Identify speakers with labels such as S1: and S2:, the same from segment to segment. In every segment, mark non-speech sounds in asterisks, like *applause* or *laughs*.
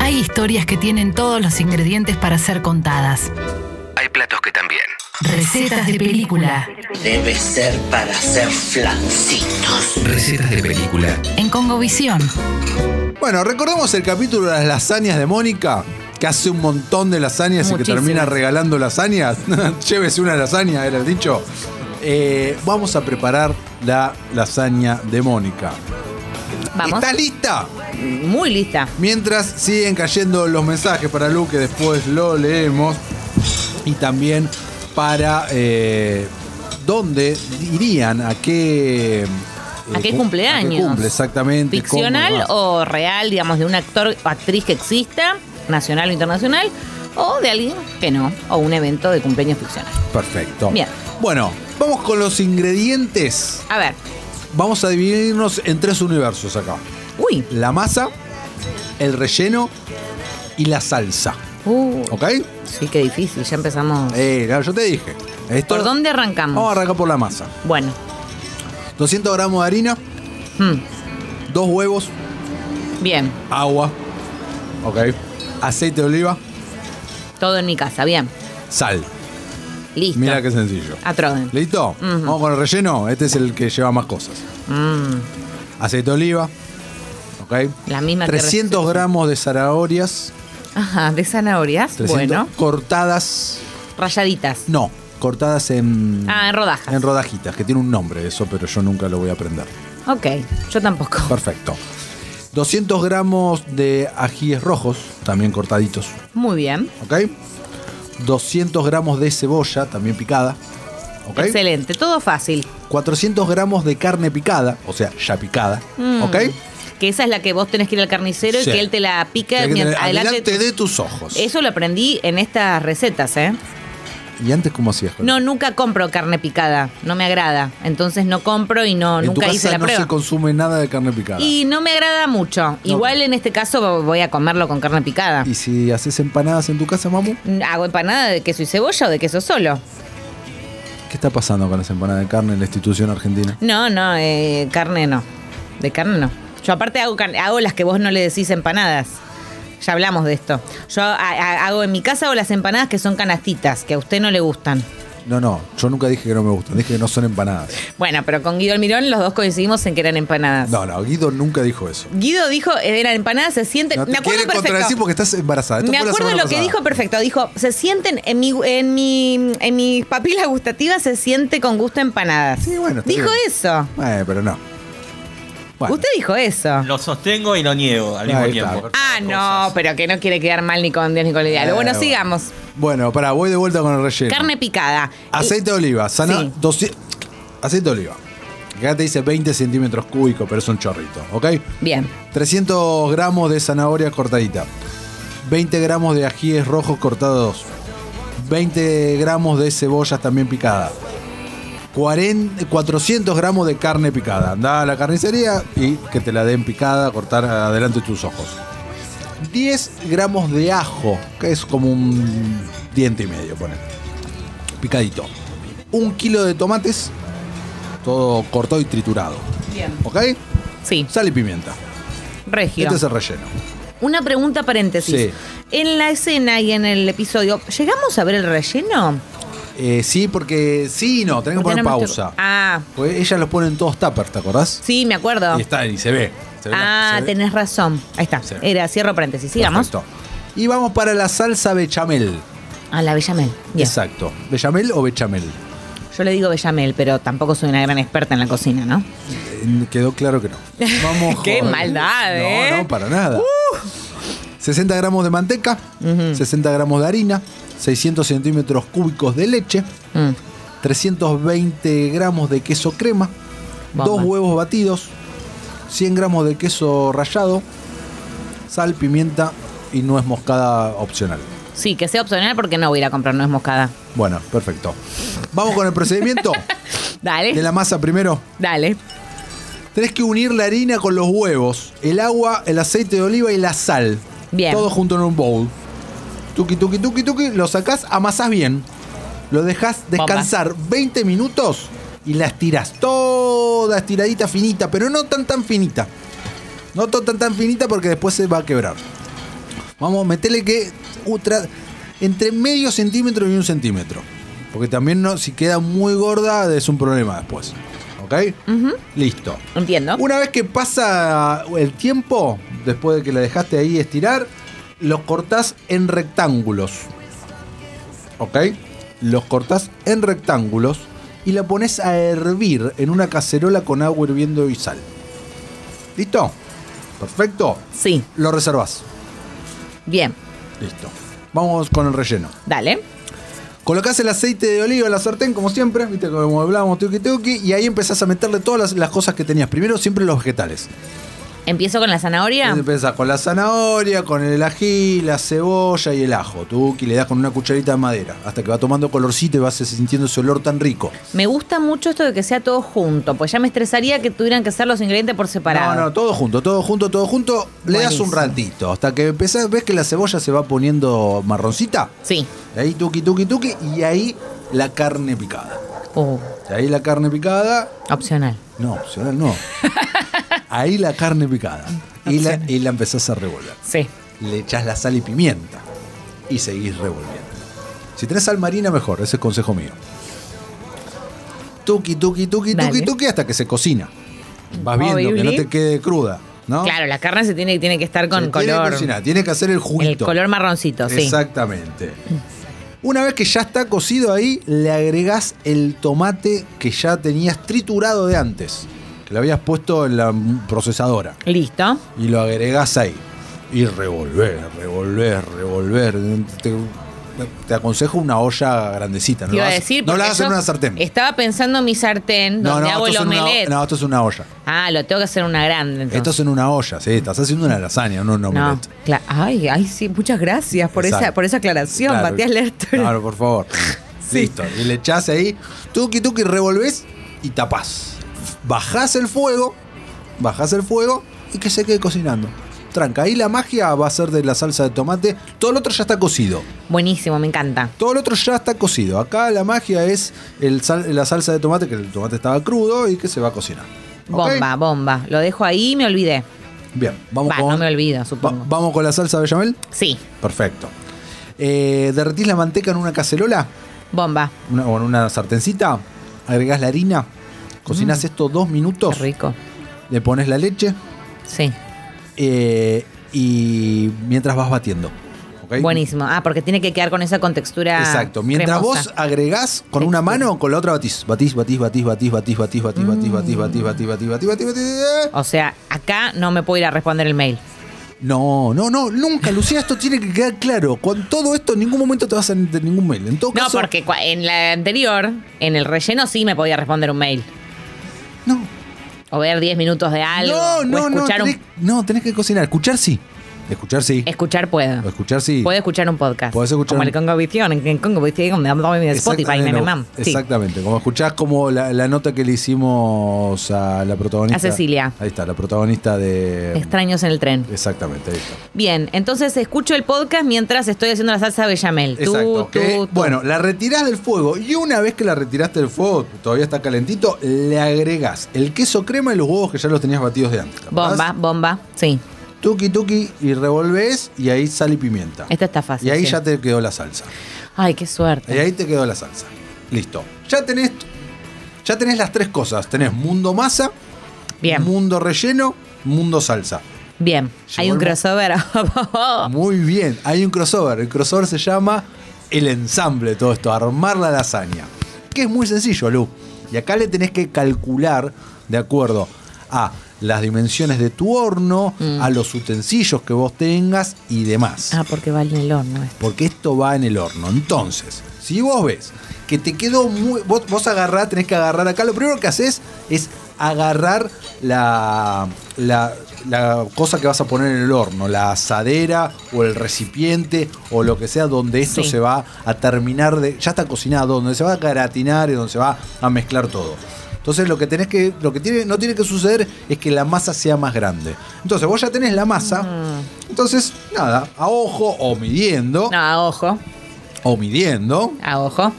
S1: Hay historias que tienen todos los ingredientes para ser contadas.
S2: Hay platos que también.
S1: Recetas de película.
S3: Debe ser para hacer flancitos.
S2: Recetas de película.
S1: En Congovisión.
S4: Bueno, recordemos el capítulo de las lasañas de Mónica, que hace un montón de lasañas y que
S5: Muchísimas.
S4: termina regalando lasañas. *laughs* Llévese una lasaña, era el dicho. Eh, vamos a preparar la lasaña de Mónica.
S5: Vamos.
S4: ¿Está lista?
S5: Muy lista.
S4: Mientras siguen cayendo los mensajes para Lu, que después lo leemos. Y también para eh, dónde irían, a qué. eh,
S5: ¿A qué
S4: cu-
S5: cumpleaños?
S4: a qué cumple, exactamente. cómo y
S5: Ficcional
S4: demás.
S5: o real, digamos, de un actor o actriz que exista, nacional o internacional, o de alguien que no, o un evento de cumpleaños ficcional.
S4: Perfecto.
S5: Bien.
S4: Bueno, vamos con los ingredientes.
S5: A ver.
S4: Vamos a dividirnos en tres universos acá:
S5: Uy.
S4: la masa, el relleno y la salsa.
S5: Uh,
S4: ¿Ok?
S5: sí, qué difícil. Ya empezamos.
S4: Eh, claro, yo te dije. Esto-
S5: ¿Por dónde arrancamos?
S4: Vamos a arrancar por la masa.
S5: Bueno.
S4: 200 gramos de harina,
S5: Mm,
S4: dos huevos,
S5: Bien.
S4: agua, ok, aceite de oliva,
S5: Todo en mi casa. Bien.
S4: sal.
S5: Listo.
S4: Mira qué sencillo.
S5: A Troden.
S4: ¿Listo? Vamos con el relleno. Este es el que lleva más cosas.
S5: Mm,
S4: Aceite de oliva, ok.
S5: la misma que
S4: 300
S5: recién.
S4: gramos de zanahorias,
S5: Ajá, de zanahorias.
S4: 300
S5: Bueno.
S4: cortadas,
S5: Rayaditas.
S4: no, cortadas en,
S5: Ah, en rodajas.
S4: en rodajitas, que tiene un nombre eso, pero yo nunca lo voy a aprender.
S5: ok. Yo tampoco.
S4: Perfecto. 200 gramos de ajíes rojos, también cortaditos.
S5: Muy bien.
S4: ¿ok? 200 gramos de cebolla, también picada, ¿ok?
S5: Excelente. Todo fácil.
S4: 400 gramos de carne picada, o sea, ya picada, ¿ok?
S5: Mm. Que esa es la que vos tenés que ir al carnicero
S4: Sí.
S5: y que él te la pica
S4: Tenés que
S5: mientras-
S4: tener Adelante de tus ojos.
S5: Eso lo aprendí en estas recetas, ¿eh?
S4: ¿Y antes cómo hacías? con
S5: No,
S4: eso?
S5: nunca compro carne picada. No me agrada. Entonces no compro y no,
S4: en
S5: nunca
S4: tu casa
S5: hice la
S4: no
S5: prueba.
S4: se consume nada de carne picada. Y,
S5: Y no me agrada mucho. Igual en este caso voy a comerlo con carne picada.
S4: si haces empanadas en tu casa, mamu?
S5: ¿Hago empanada de queso y cebolla o de queso solo?
S4: ¿Qué está pasando con las empanadas de carne en la institución argentina?
S5: No, no, eh, carne no. De carne no. Yo aparte hago, car- hago las que vos no le decís empanadas. Ya hablamos de esto. Yo a- a- hago en mi casa hago las empanadas que son canastitas, que a usted no le gustan.
S4: No, no, yo nunca dije que no me gustan, dije que no son empanadas.
S5: Bueno, pero con Guido Almirón los dos coincidimos en que eran empanadas.
S4: No, no, Guido nunca dijo eso.
S5: Guido dijo, eh, eran empanadas, se sienten...
S4: No te
S5: me acuerdo
S4: quiere contradecir
S5: perfecto.
S4: porque estás embarazada. Esto
S5: Me
S4: fue la
S5: acuerdo lo
S4: semana
S5: que
S4: pasada.
S5: dijo perfecto. Dijo, se sienten en mi, en mi, en mis papilas gustativas se siente con gusto a empanadas.
S4: Sí, bueno, está
S5: dijo
S4: bien.
S5: eso.
S4: Eh, pero no. Bueno.
S5: Usted dijo eso.
S6: Lo sostengo y lo niego al mismo
S4: Ahí está,
S6: tiempo.
S5: Ah, no, pero que no quiere quedar mal ni con Dios ni con el diablo.
S4: Eh,
S5: Bueno,
S4: bueno.
S5: sigamos.
S4: Bueno, pará, voy de vuelta con el relleno.
S5: Carne picada.
S4: Aceite de oliva, sana,
S5: Sí.
S4: 200 aceite de oliva. Acá te dice 20 centímetros cúbicos, pero es un chorrito, ¿ok?
S5: Bien.
S4: 300 gramos de zanahoria cortadita. 20 gramos de ajíes rojos cortados. 20 gramos de cebollas también picada. 40 400 gramos de carne picada. Anda a la carnicería y que te la den picada, cortar adelante tus ojos. 10 gramos de ajo, que es como un diente y medio, poner. Picadito. Un kilo de tomates, todo cortado y triturado.
S5: Bien.
S4: ¿Ok?
S5: Sí,
S4: Sal y pimienta.
S5: Regio.
S4: Este es el relleno.
S5: Una pregunta paréntesis.
S4: Sí.
S5: En la escena y en el episodio, ¿llegamos a ver el relleno?
S4: Eh, sí, porque sí y no, tenés que
S5: Porque
S4: poner
S5: no me
S4: pausa.
S5: estoy- Ah,
S4: Pues ellas los ponen todos tupper, ¿te acordás?
S5: sí, me acuerdo.
S4: Y está, y se ve. se ve la-
S5: Ah,
S4: se ve.
S5: tenés razón. Ahí está.
S4: Sí.
S5: Era, cierro paréntesis. Sigamos.
S4: Perfecto. Y vamos para la salsa bechamel.
S5: A la Bellamel. Bien.
S4: Exacto. ¿Bechamel o bechamel?
S5: Yo le digo Bellamel, pero tampoco soy una gran experta en la cocina, ¿no?
S4: Eh, quedó
S5: *laughs*
S4: claro que no. Vamos
S5: Qué
S4: con-
S5: maldad, ¿eh?
S4: No, no, para nada. 60 gramos de manteca, 60 gramos de harina, 600 centímetros cúbicos de leche,
S5: Mm.
S4: 320 gramos de queso crema,
S5: Bomba.
S4: dos huevos batidos, 100 gramos de queso rallado, sal, pimienta y nuez moscada opcional.
S5: Sí, que sea opcional porque no voy a ir a comprar nuez moscada.
S4: Bueno, perfecto. Vamos con el procedimiento
S5: Dale.
S4: de la masa primero.
S5: Dale.
S4: Tenés que unir la harina con los huevos, el agua, el aceite de oliva y la sal.
S5: Bien.
S4: Todo junto en un bowl. Tuki, tuki, tuki, tuki. Lo sacás, amasás bien. Lo dejás descansar 20 minutos y la estirás. Toda estiradita finita, pero no tan tan finita. No to- tan tan finita porque después se va a quebrar. Vamos, metele que uh, tra- entre medio centímetro y un centímetro. Porque también no, si queda muy gorda es un problema después. ¿Ok? Listo.
S5: Entiendo.
S4: Una vez que pasa el tiempo, después de que la dejaste ahí estirar, los cortás en rectángulos. ¿Ok? Los cortás en rectángulos y la pones a hervir en una cacerola con agua hirviendo y sal. ¿Listo? Perfecto.
S5: Sí,
S4: Lo reservas.
S5: bien.
S4: Listo. Vamos con el relleno.
S5: Dale.
S4: Colocás el aceite de oliva en la sartén, como siempre, viste, como hablábamos, tuki tuki, y ahí empezás a meterle todas las, las cosas que tenías. Primero, siempre los vegetales.
S5: ¿Empiezo con la zanahoria?
S4: Empezás con la zanahoria, con el ají, la cebolla y el ajo. Tuki, le das con una cucharita de madera, hasta que va tomando colorcito y vas sintiendo ese olor tan rico.
S5: Me gusta mucho esto de que sea todo junto, pues ya me estresaría que tuvieran que ser los ingredientes por separado.
S4: No, no, todo junto, todo junto, todo junto. Le das un
S5: Buenísimo.
S4: ratito, hasta que empezás, ves que la cebolla se va poniendo marroncita.
S5: Sí.
S4: Ahí tuki, tuki, tuki, y ahí la carne picada.
S5: Uh,
S4: Ahí la carne picada
S5: opcional.
S4: No, opcional no. Ahí la carne picada. Y la, y la empezás a revolver.
S5: Sí.
S4: Le echás la sal y pimienta. Y seguís revolviendo. Si tenés sal marina, mejor. Ese es consejo mío. Tuki, tuki, tuki,
S5: Dale.
S4: tuki, tuki, hasta que se cocina. Vas viendo que no
S5: Obviously.
S4: te quede cruda, ¿no?
S5: Claro, la carne se tiene, tiene que estar con
S4: Se Tiene que,
S5: color.
S4: cocinar, tiene que hacer el
S5: el
S4: juguito.
S5: color marroncito, sí.
S4: Exactamente. Una vez que ya está cocido ahí, le agregás el tomate que ya tenías triturado de antes, que lo habías puesto en la mm, procesadora,
S5: Listo.
S4: y lo agregás ahí. Y revolver, revolver, revolver. Te, te aconsejo una olla grandecita, no,
S5: Te
S4: lo
S5: iba a
S4: hagas-
S5: decir.
S4: no la
S5: porque
S4: hagas en
S5: yo
S4: una sartén.
S5: Estaba pensando en mi sartén
S4: No,
S5: donde
S4: no,
S5: hago el
S4: esto es en una-
S5: omelette.
S4: no, esto es una olla.
S5: Ah, lo tengo que hacer una grande. Entonces.
S4: Esto es en una olla, sí, estás haciendo una lasaña, no un
S5: no,
S4: omelette.
S5: cla- ay, ay, sí, muchas gracias por
S4: Exacto.
S5: esa por esa aclaración,
S4: Claro.
S5: Matías Lertor.
S4: Claro,
S5: *laughs*
S4: por favor. Listo. Y le echás ahí, tuqui tuqui, revolvés y tapás. Bajás el fuego, bajás el fuego y que se quede cocinando. Tranca, ahí la magia va a ser de la salsa de tomate. Todo lo otro ya está cocido.
S5: Buenísimo, me encanta.
S4: Todo lo otro ya está cocido. Acá la magia es el sal- la salsa de tomate, que el tomate estaba crudo y que se va a cocinar. ¿Ok?
S5: Bomba, bomba. Lo dejo ahí y me olvidé.
S4: Bien, vamos
S5: Va,
S4: con.
S5: no me olvido,
S4: va-
S5: supongo.
S4: vamos con la salsa bechamel.
S5: Sí,
S4: Perfecto. Eh, derretís la manteca en una cacerola.
S5: bomba.
S4: una, o en una sartencita, agregás la harina, cocinas esto dos
S5: Mm. Qué
S4: minutos,
S5: rico.
S4: le pones la leche
S5: Sí,
S4: eh, y mientras vas batiendo. ¿ok?
S5: buenísimo. Ah, porque tiene que quedar con esa contextura.
S4: Exacto. Mientras
S5: cremosa.
S4: vos agregás con una mano, con la otra batís. Batís, batís, batís, batís, batís, batís, batís, batís, batís, batís, batís, batís, batís, batís, batís.
S5: O sea, acá no me puedo ir a responder el mail.
S4: No, no, no, nunca, Lucía, esto tiene que quedar claro. Con todo esto, en ningún momento te vas a entender ningún mail. En todo
S5: No,
S4: caso,
S5: porque cua- en la anterior, en el relleno, sí me podía responder un mail.
S4: No,
S5: O ver 10 minutos de algo.
S4: no, no,
S5: o
S4: no,
S5: escuchar,
S4: tenés,
S5: un,
S4: no, tenés que cocinar. Escuchar sí. Escuchar sí.
S5: escuchar puedo.
S4: Escuchar sí.
S5: Puedo escuchar un podcast.
S4: Podés escuchar
S5: Como
S4: un-
S5: el Congo Visión. En en Congo Visión me dame mi Spotify, me
S4: Exactamente,
S5: mam. Sí.
S4: Eh, Exactamente. Como escuchás como la, la nota que le hicimos a la protagonista.
S5: A Cecilia.
S4: Ahí está, la protagonista de.
S5: Extraños en el tren.
S4: Exactamente, ahí está.
S5: Bien, entonces escucho el podcast mientras estoy haciendo la salsa bechamel. Tú,
S4: Exacto.
S5: tú,
S4: que,
S5: tú.
S4: Bueno, la retirás del fuego y una vez que la retiraste del fuego, todavía está calentito, le agregás el queso crema y los huevos que ya los tenías batidos de antes. ¿te acordás?
S5: Bomba, bomba. Sí,
S4: Tuki, tuki y revolvés y ahí sal y pimienta.
S5: esta está fácil.
S4: y ahí
S5: sí.
S4: ya te quedó la salsa.
S5: Ay, qué
S4: Y
S5: suerte.
S4: ahí te quedó la salsa. Listo. Ya tenés, ya tenés las tres cosas. Tenés mundo masa,
S5: Bien,
S4: mundo relleno, mundo salsa.
S5: bien. Hay un
S4: el mo-
S5: crossover. *laughs* Oh. Ah,
S4: Muy bien. Hay un crossover. El crossover se llama el ensamble de todo esto, armar la lasaña. Que es muy sencillo, Lu. Y acá le tenés que calcular de acuerdo a las dimensiones de tu horno, a los utensilios que vos tengas y demás.
S5: Mm. ah, porque va en el horno. esto.
S4: porque esto va en el horno. Entonces, si vos ves que te quedó muy. Vos, vos agarrás, tenés que agarrar acá. Lo primero que haces es agarrar la, la, la cosa que vas a poner en el horno, la asadera o el recipiente o lo que sea donde esto
S5: Sí.
S4: se va a terminar de. Ya está cocinado, donde se va a gratinar y donde se va a mezclar todo. Entonces lo que tenés que, lo que tiene, no tiene que suceder es que la masa sea más grande. Entonces vos ya tenés la masa. Entonces, nada, a ojo o midiendo,
S5: No, a ojo,
S4: o midiendo,
S5: a ojo.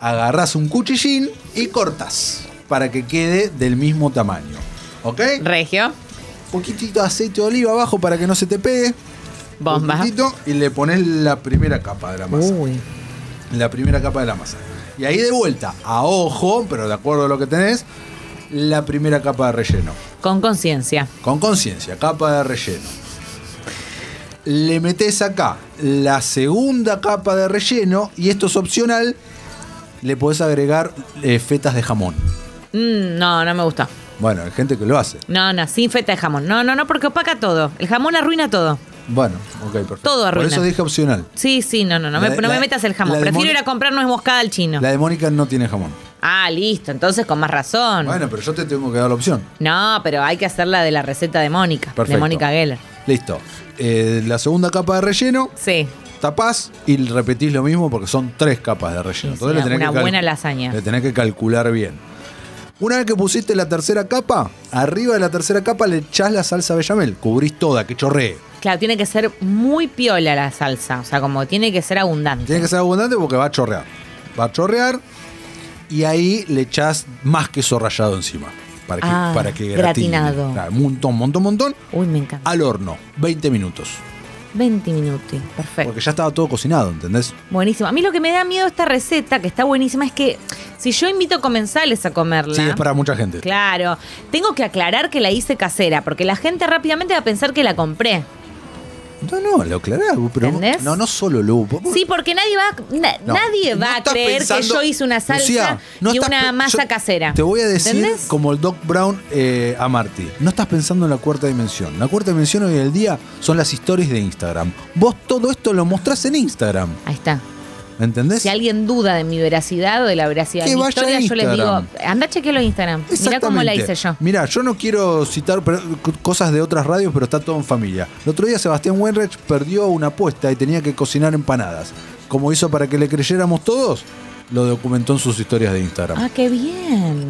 S4: agarrás un cuchillín y cortás para que quede del mismo tamaño. ¿Ok?
S5: Regio.
S4: Poquitito de aceite de oliva abajo para que no se te pegue.
S5: Bomba.
S4: poquitito y le pones la primera capa de la masa.
S5: Uy.
S4: La primera capa de la masa. Y ahí de vuelta, a ojo, pero de acuerdo a lo que tenés, la primera capa de relleno.
S5: Con conciencia.
S4: Con conciencia, capa de relleno. Le metes acá la segunda capa de relleno y esto es opcional. Le podés agregar eh, fetas de jamón.
S5: Mm, no, no me gusta.
S4: Bueno, hay gente que lo hace.
S5: No, no, sin feta de jamón. No, no, no, porque opaca todo. El jamón arruina todo.
S4: Bueno, ok, perfecto.
S5: Todo
S4: Por
S5: arruina.
S4: eso dije opcional.
S5: Sí, sí, no, no, no,
S4: La
S5: me,
S4: de-
S5: no me
S4: la-
S5: metas el
S4: la
S5: jamón.
S4: de
S5: Prefiero
S4: Moni-
S5: ir a comprar nuez moscada al chino.
S4: La de Mónica no tiene jamón.
S5: Ah, listo, entonces con más razón.
S4: Bueno, pero yo te tengo que dar la opción.
S5: No, pero hay que hacerla de la receta de Mónica, de
S4: Perfecto.
S5: Mónica Geller.
S4: Listo. Eh, la segunda capa de relleno,
S5: Sí,
S4: tapás y repetís lo mismo porque son tres capas de relleno.
S5: Sí,
S4: Entonces
S5: sí,
S4: le tenés
S5: una
S4: que cal-
S5: buena lasaña.
S4: Le tenés que calcular bien. Una vez que pusiste la tercera capa, arriba de la tercera capa le echás la salsa bechamel. Cubrís toda, que chorree.
S5: claro, tiene que ser muy piola la salsa, o sea, como tiene que ser abundante.
S4: Tiene que ser abundante porque va a chorrear. Va a chorrear y ahí le echás más queso rallado encima. Para que,
S5: Ah,
S4: para que gratine.
S5: gratinado.
S4: Claro, un montón, montón, montón.
S5: Uy, me encanta.
S4: Al horno, 20 minutos.
S5: 20 minutos, perfecto.
S4: Porque ya estaba todo cocinado, ¿entendés?
S5: Buenísimo. A mí lo que me da miedo esta receta, que está buenísima, es que si yo invito comensales a comerla.
S4: Sí, es para mucha gente.
S5: Claro. Tengo que aclarar que la hice casera, porque la gente rápidamente va a pensar que la compré.
S4: No, no, lo aclarás, pero
S5: ¿Entendés?
S4: no, no solo lo. vos- vos-
S5: Sí, porque nadie va, na-
S4: no.
S5: nadie va
S4: No
S5: a
S4: estás
S5: creer que
S4: pensando-
S5: yo hice una salsa
S4: Lucía, no
S5: y
S4: estás
S5: una
S4: pe-
S5: masa
S4: yo
S5: casera.
S4: Te voy a decir,
S5: ¿Entendés?
S4: como el Doc Brown eh, a Marty, no estás pensando en la cuarta dimensión. La cuarta dimensión hoy en día son las stories de Instagram. Vos todo esto lo mostrás en Instagram,
S5: Ahí está.
S4: ¿entendés?
S5: Si alguien duda de mi veracidad o de la veracidad
S4: Que
S5: de mi
S4: vaya a
S5: historia, yo les digo,
S4: Instagram.
S5: anda a chequearlo en Instagram. Mirá cómo la hice yo.
S4: Mira, yo no quiero citar pero, c- cosas de otras radios, pero está todo en familia. El otro día Sebastián Wenrich perdió una apuesta y tenía que cocinar empanadas. Como hizo para que le creyéramos todos, lo documentó en sus historias de Instagram.
S5: Ah, qué bien.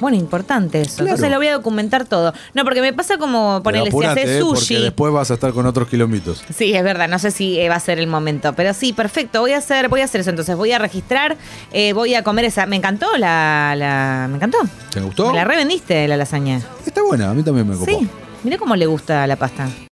S5: Bueno, importante eso.
S4: Claro.
S5: Entonces lo voy a documentar todo. No, porque me pasa como
S4: Pero
S5: ponerle si
S4: apurate,
S5: haces
S4: eh,
S5: sushi.
S4: Porque después vas a estar con otros kilómetros.
S5: Sí, es verdad, no sé si eh, va a ser el momento, pero sí, perfecto, voy a hacer, voy a hacer eso, entonces voy a registrar, eh, voy a comer esa, me encantó la, la- me encantó.
S4: ¿Te gustó?
S5: Me la revendiste la lasaña.
S4: Está buena, a mí también me copó.
S5: Sí, mira cómo le gusta la pasta.